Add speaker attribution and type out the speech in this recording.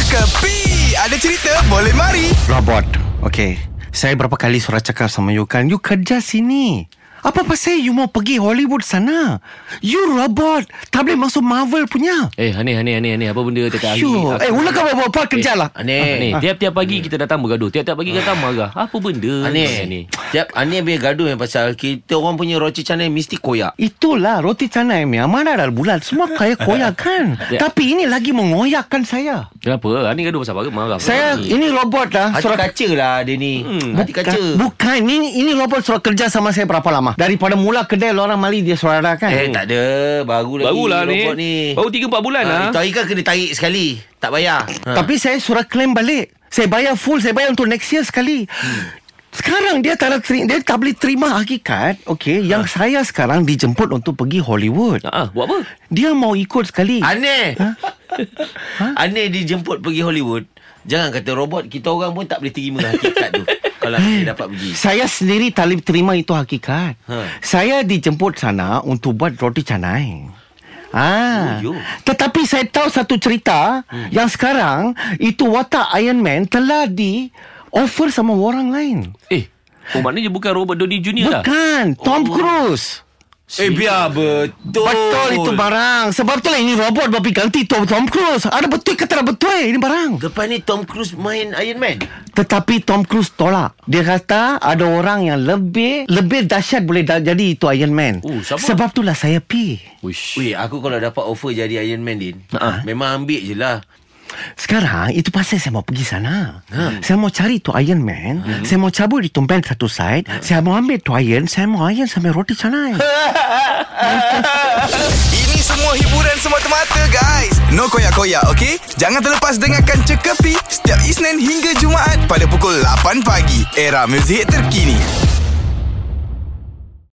Speaker 1: Kepi Ada cerita boleh mari
Speaker 2: Robot Okay Saya berapa kali surat cakap sama you kan You kerja sini Apa pasal you mau pergi Hollywood sana You robot Tak boleh masuk Marvel punya
Speaker 3: Eh Hanif Hanif Hanif Hanif Apa benda tiap-tiap hari
Speaker 2: You Eh ulang kau bawa kerja lah
Speaker 3: Hanif
Speaker 4: Aneh.
Speaker 3: Tiap-tiap pagi kita datang bergaduh Tiap-tiap pagi datang
Speaker 2: Ah.
Speaker 3: marah Apa benda
Speaker 4: Aneh.
Speaker 3: kau ni?
Speaker 4: Tiap aneh punya gaduh yang pasal kita orang punya roti canai mesti koyak.
Speaker 2: Itulah roti canai mi Amara dan bulat Semua kaya koyak kan
Speaker 3: Ya.
Speaker 2: Tapi ini lagi mengoyakkan saya
Speaker 3: Kenapa? Hanif gaduh pasal apa? Marah apa
Speaker 2: Saya
Speaker 3: ni?
Speaker 2: Ini robot lah
Speaker 4: Hati
Speaker 2: Surat
Speaker 4: kaca lah dia ni. Hmm. Hati
Speaker 2: Bukan,
Speaker 4: kaca.
Speaker 2: bukan ini ini robot surat kerja sama saya berapa lama daripada mula kedai orang mali dia surat kan
Speaker 4: eh tak ada. Baru lagi
Speaker 3: Barulah ni.
Speaker 4: robot ni.
Speaker 3: Baru 3-4 bulan
Speaker 2: Ah,
Speaker 4: ha,
Speaker 3: lah
Speaker 4: Itu hari kan kena tarik sekali. Tak bayar.
Speaker 2: Ha. Tapi saya surat claim balik. Saya bayar full, saya bayar untuk next year sekali. Sekarang dia tak, nak teri- dia tak boleh terima hakikat okay,
Speaker 4: Ha.
Speaker 2: Yang saya sekarang dijemput untuk pergi Hollywood
Speaker 3: Ah, buat apa?
Speaker 2: Dia mau ikut sekali
Speaker 4: Aneh. Ha? Aneh dijemput pergi Hollywood. Jangan kata robot kita orang pun tak boleh terima hakikat tu. Kalau dia dapat pergi.
Speaker 2: Saya sendiri tak boleh terima itu hakikat
Speaker 4: Ha.
Speaker 2: Saya dijemput sana untuk buat roti canai Ah,
Speaker 4: Oh, yo.
Speaker 2: tetapi saya tahu satu cerita hmm. yang sekarang itu watak Iron Man telah di offer sama orang lain.
Speaker 3: Eh Oh maknanya bukan Robert Downey Jr. lah
Speaker 2: Bukan Tom
Speaker 4: Oh.
Speaker 2: Cruise.
Speaker 4: Eh biar betul.
Speaker 2: Betul itu barang Sebab itulah ini robot Bapak ganti Tom, Tom Cruise Ada betul ke tak ada betul Ini barang
Speaker 4: Depan ni Tom Cruise main Iron Man.
Speaker 2: Tetapi Tom Cruise tolak Dia kata Ada orang yang lebih Lebih dahsyat Boleh da- jadi itu Iron Man
Speaker 3: Oh, siapa?
Speaker 2: Sebab itulah saya pi
Speaker 3: Uish.
Speaker 4: Weh, aku kalau dapat offer jadi Iron Man din,
Speaker 2: Ha.
Speaker 4: memang ambil je lah.
Speaker 2: Sekarang Itu pasal saya mau pergi sana Saya mau cari itu Iron Man Saya mau cabut itu band satu side Saya mau ambil itu Iron Saya mau Iron sampai roti canai
Speaker 1: Ini semua hiburan semata-mata guys No koyak-koyak ok Jangan terlepas dengarkan Cekapi Setiap Isnin hingga Jumaat Pada pukul 8 pagi Era muzik terkini